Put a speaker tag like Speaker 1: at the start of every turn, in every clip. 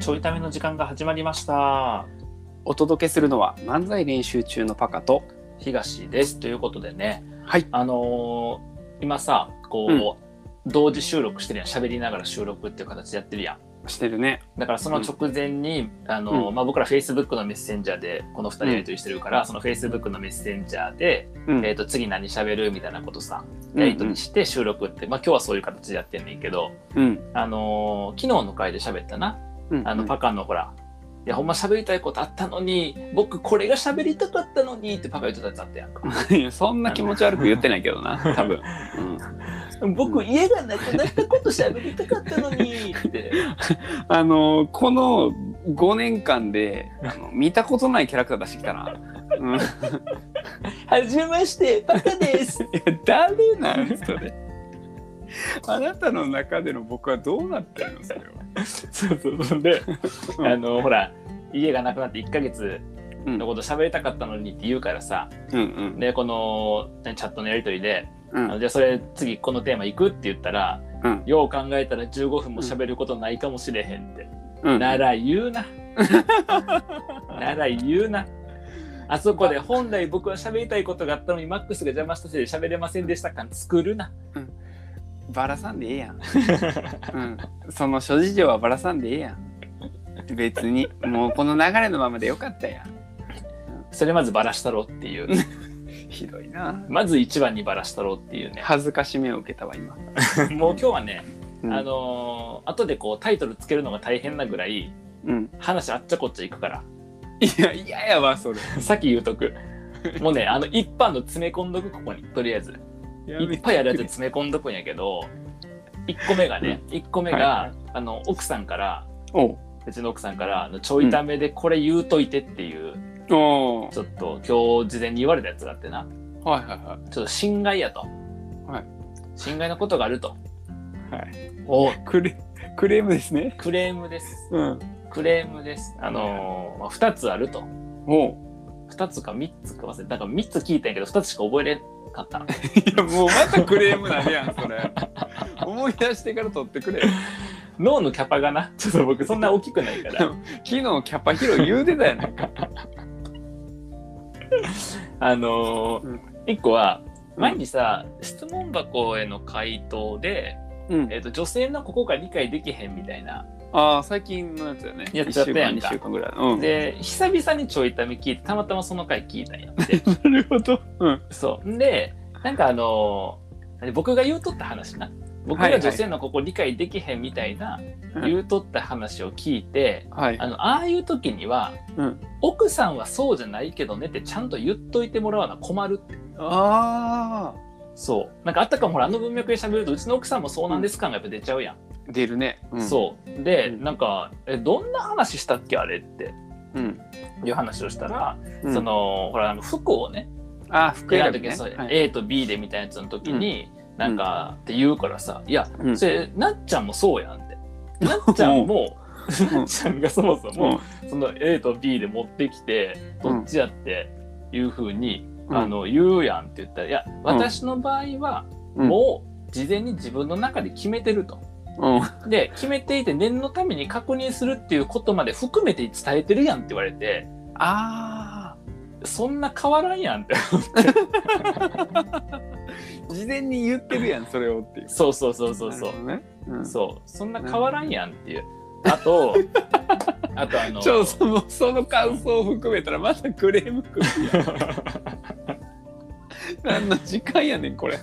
Speaker 1: ちょいための時間が始まりました。
Speaker 2: お届けするのは漫才練習中のパカと
Speaker 1: 東です。ということでね、
Speaker 2: はい
Speaker 1: あのー今さ、こう、同時収録してるやん。喋りながら収録っていう形でやってるやん。
Speaker 2: してるね
Speaker 1: だからその直前に、あのー
Speaker 2: うん
Speaker 1: まあ、僕ら Facebook のメッセンジャーでこの2人やり取りしてるから、その Facebook のメッセンジャーで、
Speaker 2: うん
Speaker 1: えー、と次何喋るみたいなことさ、
Speaker 2: うん
Speaker 1: やり取りして収録って、まあ、今日はそういう形でやってんねんけど、
Speaker 2: うん
Speaker 1: あのー昨日の回で喋ったな。
Speaker 2: うん
Speaker 1: あのパカのほら、いやほんま喋りたいことあったのに、僕これが喋りたかったのにってパカ言ってたやつあったやんか。
Speaker 2: そんな気持ち悪く言ってないけ どな多分、うん、
Speaker 1: 僕家がなくなったこと喋りたかったのにって。
Speaker 2: あのこの5年間であの見たことないキャラクター出してきたな、うん、いや
Speaker 1: はじめまして、パカです。
Speaker 2: 誰なんそれあなたの中での僕はどうなってるのそれは
Speaker 1: そうそうそう。で、あのほら、家がなくなって1ヶ月
Speaker 2: うん
Speaker 1: のこと喋りたかったのにって言うからさ、
Speaker 2: うん
Speaker 1: で、この、ね、チャットのやりとりで、
Speaker 2: う
Speaker 1: あの
Speaker 2: ん
Speaker 1: じゃあそれ次このテーマ行くって言ったら、
Speaker 2: うん
Speaker 1: よう考えたら15分も喋ることないかもしれへんって。
Speaker 2: うん
Speaker 1: なら言う な。なら言うな。あそこで本来僕は喋りたいことがあったのにマックスが邪魔したせいで喋れませんでした感作るな。
Speaker 2: バラさんでええやん、うん、その諸事情はバラさんでええやん別にもうこの流れのままでよかったやん
Speaker 1: それまずバラしたろって いう。
Speaker 2: ひどいな
Speaker 1: まず一番にバラしたろっていう ね。
Speaker 2: 恥ずかしめを受けたわ今、
Speaker 1: もう今日はね、
Speaker 2: うん、
Speaker 1: あのー後でこうタイトルつけるのが大変なぐらい
Speaker 2: うん
Speaker 1: 話あっちゃこっちゃいくから。
Speaker 2: いや嫌やわそれ
Speaker 1: さっき言うとく。もうね、あの一般の詰め込んどくここに、とりあえず。
Speaker 2: や
Speaker 1: いっぱいあるやつ詰め込んどくんやけど、1個目がね、1個目が、
Speaker 2: は
Speaker 1: あの奥さんから、
Speaker 2: おう
Speaker 1: うちの奥さんからあのちょいためでこれ言うといてっていう、
Speaker 2: お
Speaker 1: ちょっと今日事前に言われたやつがあってな
Speaker 2: うはいはいは
Speaker 1: ちょっと侵害やと、
Speaker 2: はい
Speaker 1: 侵害のことがあると
Speaker 2: いはい
Speaker 1: お
Speaker 2: クレクレームですね
Speaker 1: クレームです
Speaker 2: うん
Speaker 1: クレームですあのーまあ、2つあると
Speaker 2: おう
Speaker 1: 2つか3つか忘れたなんか3つ聞いたんやけど2つしか覚えれんか った
Speaker 2: いやもうまたクレームなんやん それ思い出してから取ってくれ
Speaker 1: 脳のキャパがなちょっと僕そんな大きくないから
Speaker 2: 昨日キャパヒロ言うてたやないか
Speaker 1: あの
Speaker 2: うん
Speaker 1: 1個は
Speaker 2: うん
Speaker 1: 前にさ、質問箱への回答で、
Speaker 2: うん
Speaker 1: えっと女性のここが理解できへんみたいな
Speaker 2: ああ最近のやつだね
Speaker 1: やっちゃったやんか
Speaker 2: 1週間2週間ぐらいうん
Speaker 1: で久々にちょいため聞いてたまたまその回聞いたんやって
Speaker 2: なるほど。うん。
Speaker 1: そうんでなんかあの何僕が言うとった話な僕
Speaker 2: はいは
Speaker 1: が
Speaker 2: い
Speaker 1: 女性のここ理解できへんみたいな
Speaker 2: うん
Speaker 1: 言うとった話を聞いて、
Speaker 2: はい
Speaker 1: あ。のああいう時には、
Speaker 2: うん
Speaker 1: 奥さんはそうじゃないけどねってちゃんと言っといてもらわな困るって
Speaker 2: ああ。
Speaker 1: そうなんかあったかもほらあの文脈で喋るとうちの奥さんもそうなんです感がやっぱ出ちゃうやん、
Speaker 2: 出るね。
Speaker 1: そうで、
Speaker 2: うん
Speaker 1: なんかえどんな話したっけあれって
Speaker 2: うん。
Speaker 1: いう話をしたら、
Speaker 2: うん。
Speaker 1: そ。のほらあの服をね
Speaker 2: ああ、服
Speaker 1: 選
Speaker 2: 選
Speaker 1: ん
Speaker 2: び
Speaker 1: だ時
Speaker 2: ね。
Speaker 1: そう
Speaker 2: はい
Speaker 1: A と B でみたいなやつの時に、なんかって言うからさ「いや
Speaker 2: うん
Speaker 1: それなっちゃんもそうやん」ってなっちゃんもなっちゃんがそもそもその A と B で持ってきて
Speaker 2: う
Speaker 1: ど
Speaker 2: ん
Speaker 1: っちやっていうふうに、
Speaker 2: うん
Speaker 1: あの言うやんって言ったら「いや私の場合は
Speaker 2: うん
Speaker 1: もう事前に自分の中で決めてる」と。
Speaker 2: うん。
Speaker 1: で決めていて念のために確認するっていうことまで含めて伝えてるやんって言われて
Speaker 2: ああ。
Speaker 1: そんな変わらんやんって
Speaker 2: 事前に言ってるやん、それをっていう。
Speaker 1: そうそうそうそうそう
Speaker 2: なるほどね。うん
Speaker 1: そう、そんな変わらんやんっていう。あと、あとあの、
Speaker 2: ちょ、その、その感想を含めたら、またクレームくる。 何の時間やねん、これ。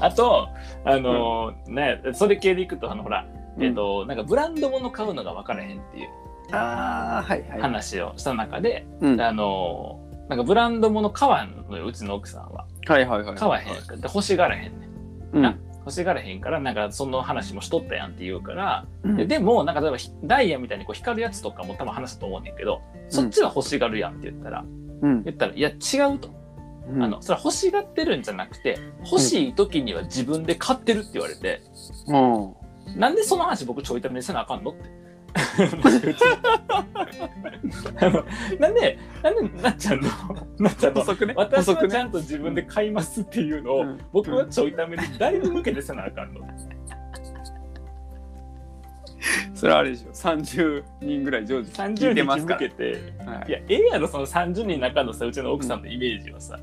Speaker 1: あと、あの、ね、それ系でいくと、あの、ほら、 えっ、と、なんかブランド物買うのが分からへんっていう
Speaker 2: ああ、はいはい。
Speaker 1: 話をした中で、
Speaker 2: うんはい
Speaker 1: あの、なんかブランド物買わんのよ、うちの奥さんは。
Speaker 2: はいはい。
Speaker 1: 買わへん。で欲しがらへんねん。
Speaker 2: うん。
Speaker 1: 欲しがらへんから、なんかその話もしとったやんって言うから、
Speaker 2: うん
Speaker 1: ででも、なんか例えばひダイヤみたいにこう光るやつとかも多分話したと思うねんけど、そっちは欲しがるやんって言ったら、
Speaker 2: うん。
Speaker 1: 言ったら、いや、違うと。
Speaker 2: うん
Speaker 1: あ。の、それは欲しがってるんじゃなくて、欲しい時には自分で買ってるって言われて、
Speaker 2: うん。
Speaker 1: なんでその話僕ちょいためにせなあかんの って。あのなんで、なんでなっちゃ んの、なっちゃんの、
Speaker 2: 補足ね。
Speaker 1: 私
Speaker 2: 補
Speaker 1: は
Speaker 2: 足
Speaker 1: ち
Speaker 2: ね。
Speaker 1: ゃんと自分で買いますっていうのを、
Speaker 2: うん
Speaker 1: 僕はちょいために誰に向けてせなあかんの。
Speaker 2: それはあれでしょ30人ぐらい常時聞いて
Speaker 1: 30
Speaker 2: ま
Speaker 1: 日
Speaker 2: す
Speaker 1: 向
Speaker 2: から
Speaker 1: けて
Speaker 2: はい
Speaker 1: いやええやろその30人の中のさうちの奥さんのイメージはさ、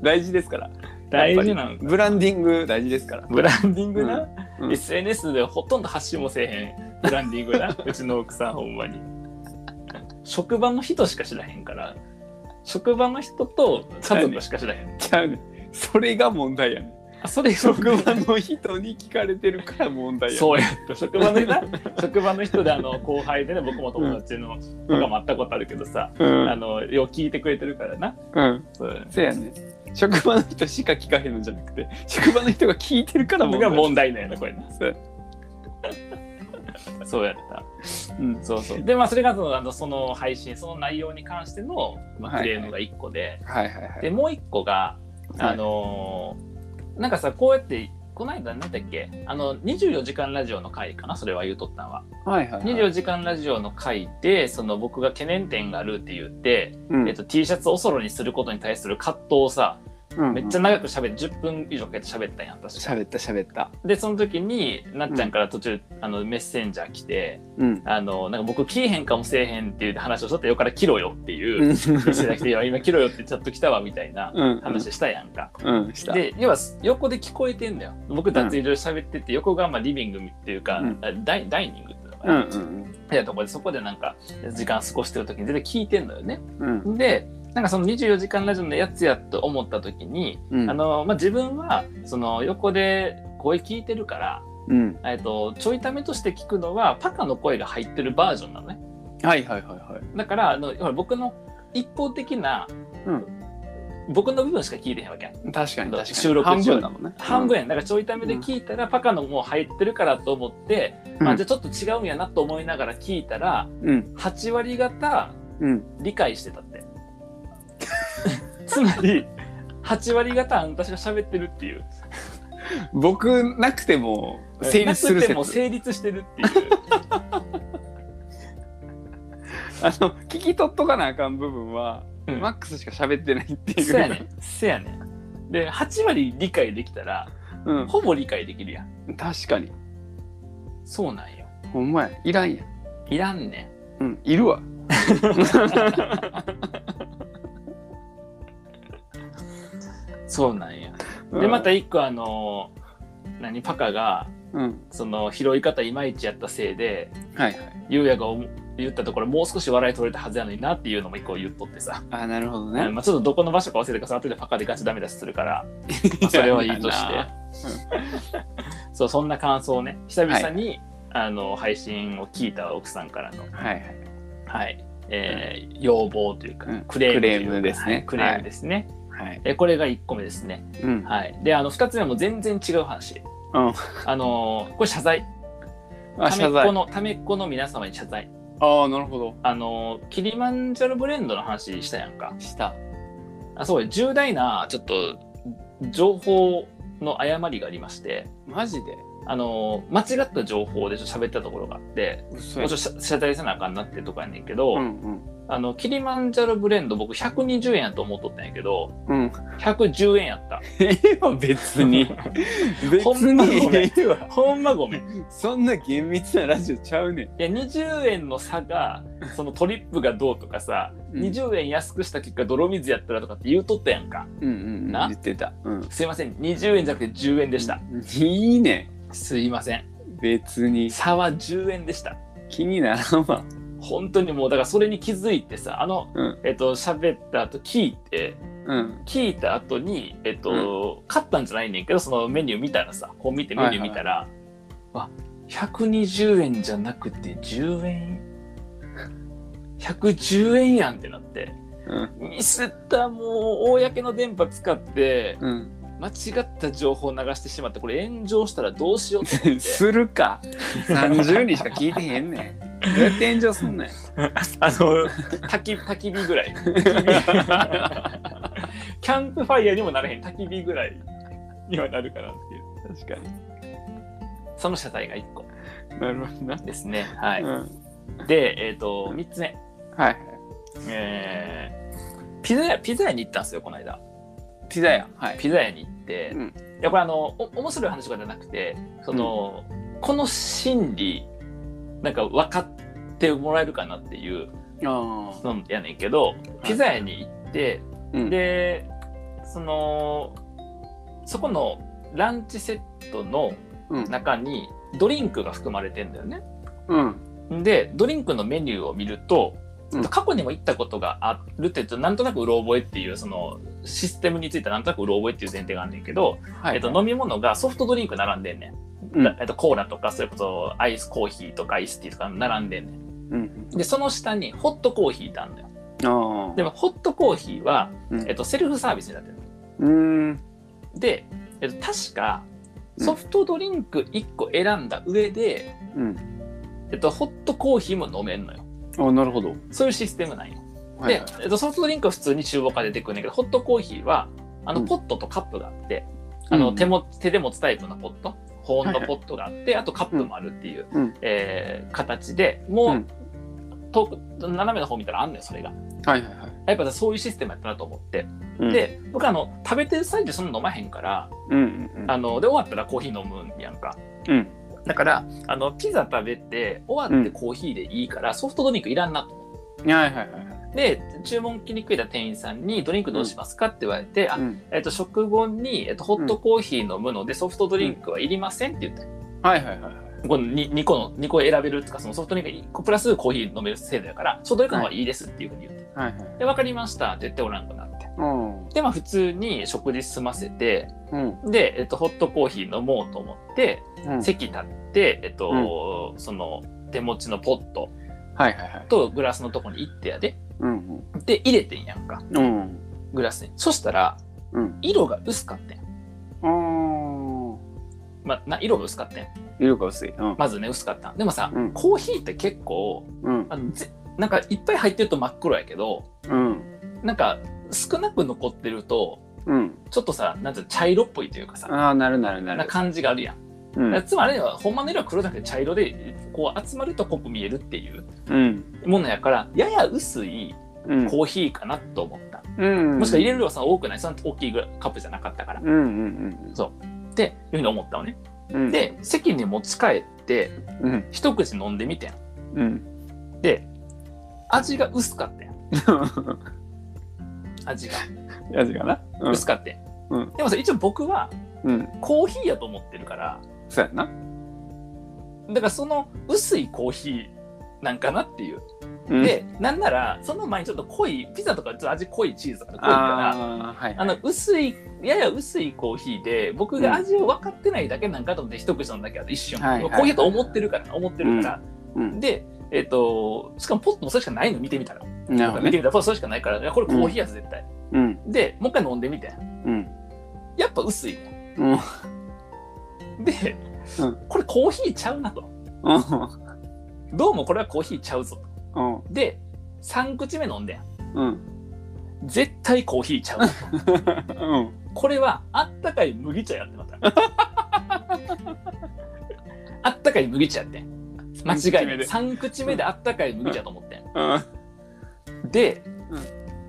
Speaker 2: 大事ですから
Speaker 1: 大事なの
Speaker 2: ブランディング大事ですから
Speaker 1: ブランディングな、
Speaker 2: うんうん
Speaker 1: SNS でほとんど発信もせえへんブランディングな うちの奥さんほんまに職場の人しか知らへんから職場の人と家族しか知らへん
Speaker 2: ちゃうねそれが問 題やね
Speaker 1: あそれ
Speaker 2: 職場の人に聞かれてるから問題やね
Speaker 1: そうやった職場の人な職場の人であの後輩でね僕も友達の
Speaker 2: う
Speaker 1: とか
Speaker 2: ん
Speaker 1: も会ったことあるけどさ、
Speaker 2: うん
Speaker 1: あのよう聞いてくれてるからな
Speaker 2: うん
Speaker 1: そう
Speaker 2: そうやね職場の人しか聞かへんのじゃなくて職場の人が聞いてるから
Speaker 1: それ
Speaker 2: 問
Speaker 1: が
Speaker 2: 題
Speaker 1: 問題なんやなこれ
Speaker 2: そうや
Speaker 1: なそうやった
Speaker 2: うん
Speaker 1: そうそうでまあそれがそのあのその配信その内容に関しての、まあ、
Speaker 2: はい
Speaker 1: クレームが1個で、
Speaker 2: はいはいはい
Speaker 1: でもう1個が
Speaker 2: はい
Speaker 1: あのーなんかさこうやってこの間何だっけあの24時間ラジオの回かなそれは言うとったんは
Speaker 2: はいはいはい
Speaker 1: 24時間ラジオの回でその僕が懸念点があるって言って、
Speaker 2: うん
Speaker 1: えっと、T シャツをおそろにすることに対する葛藤をさ
Speaker 2: うん
Speaker 1: めっちゃ長く喋って10分以上かけて喋ったんや私
Speaker 2: 喋った喋った
Speaker 1: でその時になっちゃんから途中、あのメッセンジャー来て
Speaker 2: うん
Speaker 1: 「あのなんか僕来えへんかもせえへん」っていう話をしとってよから切ろよっていう、
Speaker 2: うん
Speaker 1: メッセンジャー来ていや「今切ろよ」ってチャット来たわみたいな
Speaker 2: うん
Speaker 1: 話したやんか。
Speaker 2: うんした
Speaker 1: で要は横で聞こえてんだよ僕脱衣所で喋ってて横がまあリビングっていうか、
Speaker 2: うん
Speaker 1: あダイダイニングっていうのか
Speaker 2: う
Speaker 1: な、み
Speaker 2: んうん
Speaker 1: たいなとこでそこでなんか時間過ごしてる時に全然聞いてんのよね。
Speaker 2: うん
Speaker 1: でなんかその24時間ラジオのやつやと思った時に、
Speaker 2: うん
Speaker 1: あのまあ、自分はその横で声聞いてるから、
Speaker 2: うん
Speaker 1: えっと、ちょいためとして聞くのはパカの声が入ってるバージョンなのね
Speaker 2: はいはいはいはい
Speaker 1: だからあのほら僕の一方的な、
Speaker 2: うん
Speaker 1: 僕の部分しか聞いてへんわけやん
Speaker 2: 確かに確かに
Speaker 1: 収録
Speaker 2: 半
Speaker 1: 中
Speaker 2: 分だもんね
Speaker 1: 半分やんだからちょいためで聞いたら、パカのもう入ってるからと思って、
Speaker 2: うん
Speaker 1: あじゃあちょっと違うんやなと思いながら聞いたら
Speaker 2: うん
Speaker 1: 8割方
Speaker 2: うん
Speaker 1: 理解してたって つまり8割方あんたしが喋ってるっていう
Speaker 2: 僕なくても成立する
Speaker 1: なくて
Speaker 2: 説
Speaker 1: も成立してるっていう
Speaker 2: あの聞き取っとかなあかん部分は、
Speaker 1: うん
Speaker 2: マックスしか喋ってないっていう
Speaker 1: せやねんせやねんで8割理解できたら
Speaker 2: うん、
Speaker 1: ほぼ理解できるやん
Speaker 2: 確かに
Speaker 1: そうなんよ
Speaker 2: ほんまやいらんや
Speaker 1: いらんね
Speaker 2: うんいるわ
Speaker 1: んそうなんやでまた一個あの何パカが
Speaker 2: うん
Speaker 1: その拾い方いまいちやったせいで
Speaker 2: はいはい
Speaker 1: ゆうやが思言ったところもう少し笑い取れたはずやのになっていうのも一個言っとってさ、
Speaker 2: あなるほど
Speaker 1: あの
Speaker 2: ね
Speaker 1: まあ、ちょっとどこの場所か忘れたから後でパカでガチダメ出しする から、まあそれはいいとして
Speaker 2: や
Speaker 1: そうそんな感想をね久々に、あの配信を聞いた奥さんからの、
Speaker 2: はいはい
Speaker 1: はいえー要望というか、
Speaker 2: うん
Speaker 1: クレームというか
Speaker 2: クレームですね
Speaker 1: はいクレームですね、
Speaker 2: はい
Speaker 1: えこれが1個目ですね、
Speaker 2: うん
Speaker 1: はい、であの2つ目も全然違う話
Speaker 2: うん
Speaker 1: あのーこれ謝罪た
Speaker 2: あ
Speaker 1: め
Speaker 2: 謝
Speaker 1: っ
Speaker 2: 罪
Speaker 1: 子のためっ子の皆様に謝罪
Speaker 2: ああなるほど
Speaker 1: あのーキリマンジャロブレンドの話したやんか
Speaker 2: した
Speaker 1: あそうです重大なちょっと情報の誤りがありまして
Speaker 2: マジで
Speaker 1: あのー間違った情報でちょっと喋ったところがあって
Speaker 2: 嘘
Speaker 1: もう
Speaker 2: や
Speaker 1: ちょっと謝謝罪せなあかんなってとこやねんけど、
Speaker 2: うんうん
Speaker 1: あのキリマンジャロブレンド僕120円やと思っとったんやけど
Speaker 2: うん
Speaker 1: 110円やった
Speaker 2: ええわ別に 別
Speaker 1: ほんまご
Speaker 2: に
Speaker 1: めん
Speaker 2: ええわ
Speaker 1: ほんまごめんい
Speaker 2: そんな厳密なラジオちゃうねん
Speaker 1: や20円の差がそのトリップがどうとかさ、
Speaker 2: うん
Speaker 1: 20円安くした結果泥水やったらとかって言うとったやんか
Speaker 2: うんうん
Speaker 1: な
Speaker 2: 言ってたうん
Speaker 1: すいません20円じゃなくて10円でした、
Speaker 2: いいね
Speaker 1: すいません
Speaker 2: 別に
Speaker 1: 差は10円でした
Speaker 2: 気にならんわ
Speaker 1: 本当にもうだからそれに気づいてさあの、
Speaker 2: うん
Speaker 1: えっと喋った後聞いて
Speaker 2: うん
Speaker 1: 聞いた後にえっと、買ったんじゃないねんけどそのメニュー見たらさこう見てメニュー見たら、あ120円じゃなくて10円110円やんってなって
Speaker 2: うん
Speaker 1: ミスったもう公の電波使って
Speaker 2: うん
Speaker 1: 間違った情報を流してしまってこれ炎上したらどうしようって 思って
Speaker 2: するか30人しか聞いてへんねんどうやって炎上すんねん
Speaker 1: あの焚き焚き火ぐら いキャンプファイヤーにもなれへん焚き火ぐらいにはなるかなっていう
Speaker 2: 確か
Speaker 1: その謝罪が1個
Speaker 2: になるほどな
Speaker 1: ですねはい、
Speaker 2: うん
Speaker 1: でえっ、と3つ目
Speaker 2: はい
Speaker 1: えーピザ屋ピザ屋に行ったんですよこの間
Speaker 2: ピザ屋はい
Speaker 1: ピザ屋に行って、
Speaker 2: うん
Speaker 1: いやこれあのお面白い話とかじゃなくてその、この心理なんか分かってもらえるかなっていう
Speaker 2: あ
Speaker 1: のやねんけどピザ屋に行って、
Speaker 2: あで
Speaker 1: でそのそこのランチセットの
Speaker 2: うん
Speaker 1: 中にドリンクが含まれてんだよね。
Speaker 2: うん
Speaker 1: でドリンクのメニューを見ると、
Speaker 2: うん
Speaker 1: 過去にも行ったことがあるってなんとなくうろ覚えっていうそのシステムについてなんとなくうろ覚えっていう前提があんねんけど、
Speaker 2: はい
Speaker 1: えっと、飲み物がソフトドリンク並んでんねん、
Speaker 2: うん
Speaker 1: えっと、コーラとかそれこそアイスコーヒーとかアイスティーとか並んでんねん
Speaker 2: うん
Speaker 1: でその下にホットコーヒーってあんだよ
Speaker 2: ああ
Speaker 1: でもホットコーヒーは、
Speaker 2: うん
Speaker 1: えっと、セルフサービスになってる
Speaker 2: うーん
Speaker 1: で、えっと、確か
Speaker 2: うん
Speaker 1: ソフトドリンク1個選んだ上で、
Speaker 2: うん
Speaker 1: えっと、ホットコーヒーも飲めんのよ
Speaker 2: あなるほど
Speaker 1: そういうシステムなんよ
Speaker 2: はい
Speaker 1: で、えっと、ソフトドリンクは普通に厨房から出てくるんだけど、ホットコーヒーは、あ
Speaker 2: う
Speaker 1: の、
Speaker 2: ん
Speaker 1: ポットとカップがあって、
Speaker 2: うん
Speaker 1: あの、手も、手で持つタイプのポット、保温のポットがあって、あとカップもあるっていう、
Speaker 2: うん
Speaker 1: えー形で、もう、
Speaker 2: うん
Speaker 1: 遠く、斜めの方見たらあんのよ、それが。
Speaker 2: はいはいはい
Speaker 1: やっぱそういうシステムやったなと思って。
Speaker 2: うん
Speaker 1: で、僕あの、食べてる最中そんな飲まへんから、
Speaker 2: うんうんうん
Speaker 1: あの、で、終わったらコーヒー飲むんやんか。
Speaker 2: うん
Speaker 1: だから、あの、ピザ食べて、終わってコーヒーでいいから、ソフトドリンクいらんなと思って
Speaker 2: はいはいはいはい
Speaker 1: で注文来にくいた店員さんに「ドリンクどうしますか?」って言われて「あ
Speaker 2: うん
Speaker 1: えっと食後に、えっと、ホットコーヒー飲むのでソフトドリンクはいりません」って言って、
Speaker 2: はいはいはいはい
Speaker 1: この 2, 個の2個選べるとかそのソフトドリンク1個プラスコーヒー飲める制度やからソフトドリンクの方がいいですっていうふうに言って「
Speaker 2: はいはい
Speaker 1: で分かりました」って言っておらんくなって
Speaker 2: うん
Speaker 1: でまあ普通に食事済ませて
Speaker 2: うん
Speaker 1: で、えっと、ホットコーヒー飲もうと思って、
Speaker 2: うん
Speaker 1: 席立って、えっとその手持ちのポット
Speaker 2: はいはいはい
Speaker 1: とグラスのとこに行ってやで
Speaker 2: うん
Speaker 1: で入れてんやんか
Speaker 2: うん
Speaker 1: グラスにそしたら
Speaker 2: うん
Speaker 1: 色が薄かってん、
Speaker 2: うんあ
Speaker 1: まあ、な色が薄かってん
Speaker 2: あ色が薄いうん
Speaker 1: まずね薄かったんでもさ、
Speaker 2: うん
Speaker 1: コーヒーって結構
Speaker 2: うん
Speaker 1: あのぜなんかいっぱい入ってると真っ黒やけど
Speaker 2: うん
Speaker 1: なんか少なく残ってると
Speaker 2: うん
Speaker 1: ちょっとさなんていうの茶色っぽいというかさ
Speaker 2: ああなるなるな
Speaker 1: な
Speaker 2: る
Speaker 1: 感じがあるやん、
Speaker 2: うん
Speaker 1: つまりあれはほんまの色は黒だけど茶色でこう集まると濃く見えるっていう
Speaker 2: うん
Speaker 1: ものやからやや薄い
Speaker 2: うん
Speaker 1: コーヒーかなと思った、
Speaker 2: うん
Speaker 1: もしか入れる量さ多くないそんな大きいグラカップじゃなかったから、
Speaker 2: うんうん
Speaker 1: っていうふうに思ったのね
Speaker 2: うんうん
Speaker 1: で席に持ち帰って
Speaker 2: うん
Speaker 1: 一口飲んでみてん
Speaker 2: うん
Speaker 1: で味が薄かったやん味が
Speaker 2: やつかなうん
Speaker 1: 薄かったやん、
Speaker 2: うん
Speaker 1: でもさ一応僕は
Speaker 2: うん
Speaker 1: コーヒーやと思ってるから
Speaker 2: そうやな
Speaker 1: だからその薄いコーヒーなんかなっていう、
Speaker 2: うん
Speaker 1: でなんならその前にちょっと濃いピザとかちょっと味濃いチーズとか濃いからあ
Speaker 2: ああはい
Speaker 1: の薄いやや薄いコーヒーで僕が味を分かってないだけなんかと思って一口飲んだけど一瞬、
Speaker 2: はいはいはい
Speaker 1: コーヒーと思ってるから思ってるから、
Speaker 2: うん
Speaker 1: でえっ、としかもポットもそれしかないの見てみたら
Speaker 2: なるほど
Speaker 1: 見てみ
Speaker 2: ね
Speaker 1: たら、それしかないから、いやこれコーヒーやつ絶対。
Speaker 2: うん
Speaker 1: で、もう一回飲んでみて。
Speaker 2: うん
Speaker 1: やっぱ薄いね。
Speaker 2: うん
Speaker 1: で、
Speaker 2: うん
Speaker 1: これコーヒーちゃうなと。
Speaker 2: うん
Speaker 1: どうもこれはコーヒーちゃうぞと。
Speaker 2: うん
Speaker 1: で、3口目飲んでん。
Speaker 2: うん
Speaker 1: 絶対コーヒーちゃうなと。
Speaker 2: うん
Speaker 1: これはあったかい麦茶やってまた。 あったかい麦茶やってん。間違いない。3口目であったかい麦茶と思ってん。
Speaker 2: うん
Speaker 1: で、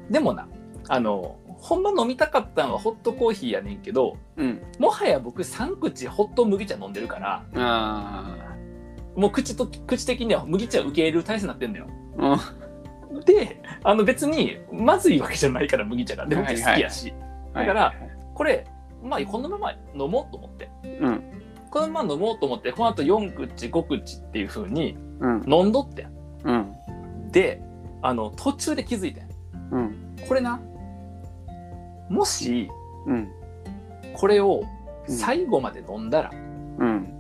Speaker 1: でもな、あの、ほんま飲みたかったのはホットコーヒーやねんけど、
Speaker 2: うん
Speaker 1: もはや僕3口ホット麦茶飲んでるから
Speaker 2: ああ
Speaker 1: もう口と口的には麦茶受け入れる体制になってんだよ
Speaker 2: うん
Speaker 1: であの別にまずいわけじゃないから麦茶がでも
Speaker 2: はいはい
Speaker 1: 麦茶好きやし、だから
Speaker 2: はいはいはい
Speaker 1: これまあこのまま飲もうと思って
Speaker 2: うん
Speaker 1: このまま飲もうと思ってこのあと4口5口っていう風に
Speaker 2: うん
Speaker 1: 飲んどってん
Speaker 2: うん
Speaker 1: であの途中で気づいてん
Speaker 2: うん
Speaker 1: これなもし
Speaker 2: うん
Speaker 1: これを最後まで飲んだら
Speaker 2: うん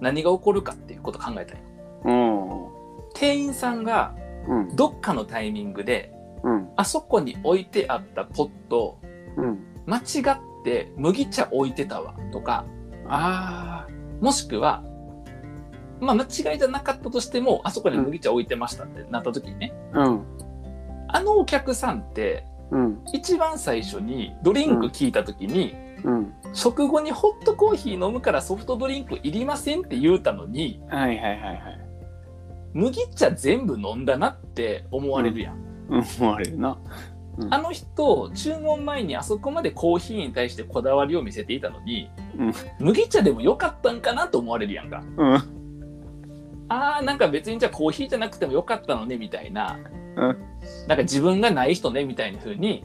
Speaker 1: 何が起こるかっていうことを考えたんよ
Speaker 2: うん
Speaker 1: 店員さんが
Speaker 2: うん
Speaker 1: どっかのタイミングで
Speaker 2: うん
Speaker 1: あそこに置いてあったポット
Speaker 2: うん
Speaker 1: 間違って麦茶置いてたわとか
Speaker 2: あ
Speaker 1: もしくはまあ間違いじゃなかったとしてもあそこに麦茶置いてましたってなった時にね、
Speaker 2: あうん
Speaker 1: あのお客さんって
Speaker 2: うん
Speaker 1: 一番最初にドリンク聞いた時に、
Speaker 2: うん
Speaker 1: 食後にホットコーヒー飲むからソフトドリンクいりませんって言うたのに
Speaker 2: はいはいはいはい
Speaker 1: 麦茶全部飲んだなって思われるやん、
Speaker 2: 思われるな
Speaker 1: あの人注文前にあそこまでコーヒーに対してこだわりを見せていたのに、
Speaker 2: うん
Speaker 1: 麦茶でも良かったんかなと思われるやんか
Speaker 2: うん
Speaker 1: あーなんか別にじゃあコーヒーじゃなくてもよかったのねみたいな、
Speaker 2: うん
Speaker 1: なんか自分がない人ねみたいな風に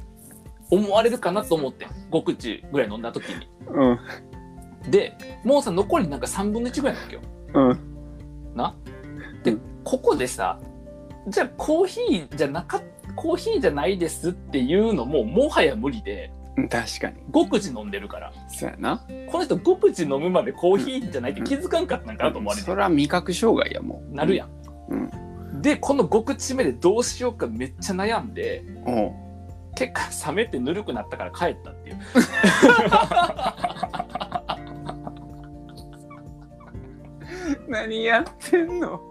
Speaker 1: 思われるかなと思って5口ぐらい飲んだ時に
Speaker 2: うん
Speaker 1: でもうさ残りなんか3分の1ぐらいなわけよ
Speaker 2: うん
Speaker 1: なで
Speaker 2: うん
Speaker 1: ここでさじゃあコーヒーじゃなかコーヒーじゃないですっていうのももはや無理で
Speaker 2: うん確かに
Speaker 1: 5口飲んでるから
Speaker 2: そうやな
Speaker 1: この人5口飲むまでコーヒーじゃないって気づかんかったんかなと思われる
Speaker 2: そら味覚障害やもう
Speaker 1: なるやん、
Speaker 2: うん
Speaker 1: でこの5口目でどうしようかめっちゃ悩んで
Speaker 2: おう
Speaker 1: 結果冷めてぬるくなったから帰った っていう
Speaker 2: 何やってんの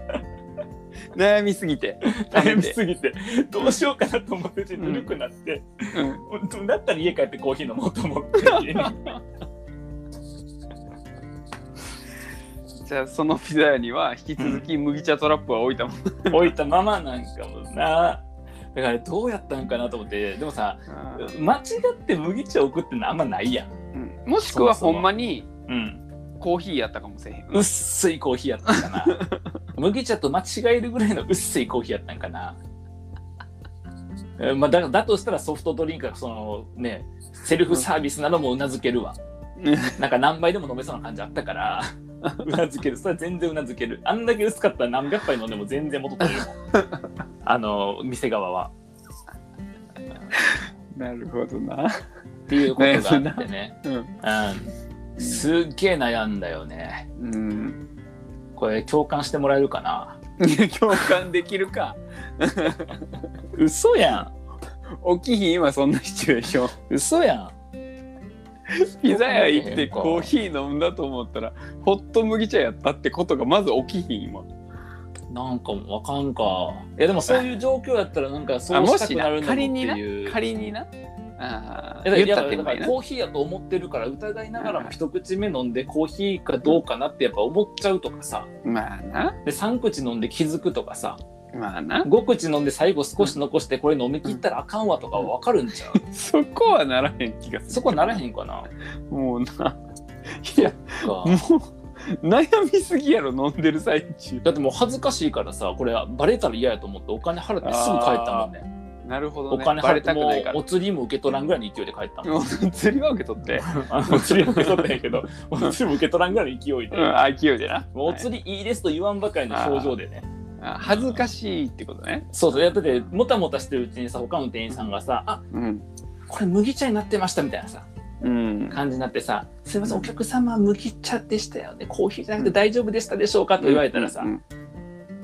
Speaker 2: 悩みすぎて
Speaker 1: 悩みすぎてどうしようかなと思ってうちにぬるくなって、
Speaker 2: うん
Speaker 1: だったら家帰ってコーヒー飲もうと思って 家に
Speaker 2: じゃあそのピザ屋には引き続き麦茶トラップは置いたもん、
Speaker 1: 置いたままなんかもなだからどうやったんかなと思ってでもさ間違って麦茶送ってのあんまないやん、
Speaker 2: うんもしくはほんまに
Speaker 1: うん、
Speaker 2: コーヒーやったかもしれへん、
Speaker 1: 薄いコーヒーやったんか な麦茶と間違えるぐらいの薄いコーヒーやったんかなえまあ、だだとしたらソフトドリンクがそのねセルフサービスなのもうなずけるわなんか何杯でも飲めそうな感じあったから うなずけるそれは全然うなずけるあんだけ薄かったら何百杯飲んでも全然元取れるも んあの店側は
Speaker 2: なるほどな、
Speaker 1: っていうことがあってね、
Speaker 2: うん
Speaker 1: うん、すっげえ悩んだよね
Speaker 2: うん、
Speaker 1: これ共感してもらえるかない
Speaker 2: や共感できるか
Speaker 1: 嘘や
Speaker 2: 起きひん今そんなシチュエーション
Speaker 1: ん嘘やん
Speaker 2: ピザ屋行ってコーヒー飲んだと思ったらホット麦茶やったってことがまず起きひん今
Speaker 1: なんかもうわかんかいやでもそういう状況やったらなんかそ
Speaker 2: あ
Speaker 1: う
Speaker 2: も
Speaker 1: した
Speaker 2: し
Speaker 1: く
Speaker 2: な
Speaker 1: なるんだろう
Speaker 2: 仮
Speaker 1: って
Speaker 2: にな
Speaker 1: いう
Speaker 2: 仮になあ
Speaker 1: いや
Speaker 2: あ言っ
Speaker 1: だ
Speaker 2: た
Speaker 1: から
Speaker 2: って
Speaker 1: だ
Speaker 2: う
Speaker 1: か
Speaker 2: まい
Speaker 1: ら
Speaker 2: な
Speaker 1: コーヒーやと思ってるから疑いながらも一口目飲んでコーヒーかどうかなってやっぱ思っちゃうとかさ
Speaker 2: まあな
Speaker 1: で3口飲んで気づくとかさ
Speaker 2: まあな
Speaker 1: 5口飲んで最後少し残してこれ飲み切ったらあかんわとかはわかるん ちゃう
Speaker 2: そこはならへん気がする
Speaker 1: そこはならへんかな
Speaker 2: もうないや
Speaker 1: か
Speaker 2: もう悩みすぎやろ飲んでる最中
Speaker 1: だってもう恥ずかしいからさこれバレたら嫌やと思ってお金払ってすぐ帰ったもんね
Speaker 2: なるほど、
Speaker 1: お
Speaker 2: ね、
Speaker 1: 金
Speaker 2: バ
Speaker 1: 払
Speaker 2: レ
Speaker 1: って
Speaker 2: たく
Speaker 1: も
Speaker 2: ないうから
Speaker 1: お釣りも受け取らんぐらいの勢いで帰ったもん
Speaker 2: もう釣りは受け取って、
Speaker 1: あのお釣りも受け取ったんやけどお釣りも受け取らんぐらいの勢いで、
Speaker 2: うん、あ勢いでな
Speaker 1: もうお釣りいいですと言わんばかりの表情でね
Speaker 2: はいあ恥ずかしいってことね
Speaker 1: そうそうやっててもたもたしてるうちにさ他の店員さんがさ「あ
Speaker 2: うん
Speaker 1: これ麦茶になってました」みたいなさ
Speaker 2: うん
Speaker 1: 感じになってさ「すいませんお客様麦茶でしたよねコーヒーじゃなくて大丈夫でしたでしょうか」と言われたらさ、
Speaker 2: うん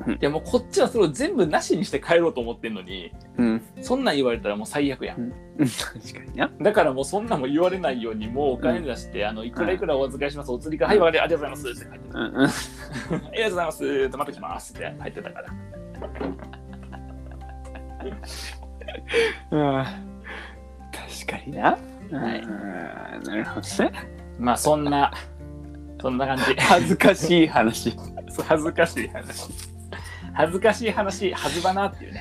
Speaker 1: いやもうこっちはそれを全部なしにして帰ろうと思ってんのに
Speaker 2: うん、
Speaker 1: そんなん言われたらもう最悪やん
Speaker 2: うん確かにな
Speaker 1: だからもうそんなんも言われないようにもうお金出して、あのいくらいくらお預かりします、お釣りがはいわかりありがとうございますって書いてた
Speaker 2: うんうん
Speaker 1: ありがとうございますまた来ますって入ってたから
Speaker 2: うん確かにな。
Speaker 1: はい
Speaker 2: うんなるほどね。
Speaker 1: まあそんなそんな感じ
Speaker 2: 恥ずかしい話。
Speaker 1: そう恥ずかしい話恥ずかしい話恥ずばなっていうね、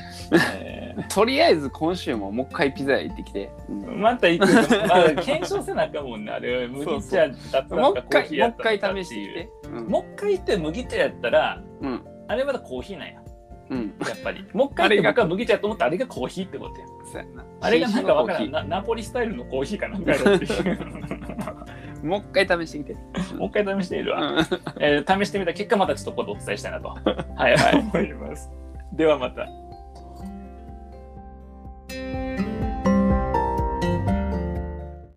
Speaker 1: え
Speaker 2: とりあえず今週ももう一回ピザ屋行ってきて。うん
Speaker 1: ーまた行くよまあ検証せなあかんもんねあれ麦茶だったの
Speaker 2: もう
Speaker 1: か
Speaker 2: 一
Speaker 1: コー
Speaker 2: 回
Speaker 1: ヒー
Speaker 2: も
Speaker 1: や
Speaker 2: う
Speaker 1: った
Speaker 2: 一
Speaker 1: のかっていう
Speaker 2: 回試してきて。うん
Speaker 1: もう一回行って麦茶やったら
Speaker 2: うん
Speaker 1: あれまだコーヒーなんや
Speaker 2: うん。
Speaker 1: やっぱ りもう一回行って僕は麦茶やと思ったらあれがコーヒーってことや
Speaker 2: そうやな
Speaker 1: あれがなんかわから
Speaker 2: 新
Speaker 1: ん
Speaker 2: 種の
Speaker 1: なナポリスタイルのコーヒーかなんかやろっていう
Speaker 2: コーヒーもう一回試してきて。
Speaker 1: もう一回試してみる
Speaker 2: う
Speaker 1: わ、
Speaker 2: ん
Speaker 1: えー試してみた結果またちょっとここでお伝えしたいなとはいはい思いますではまた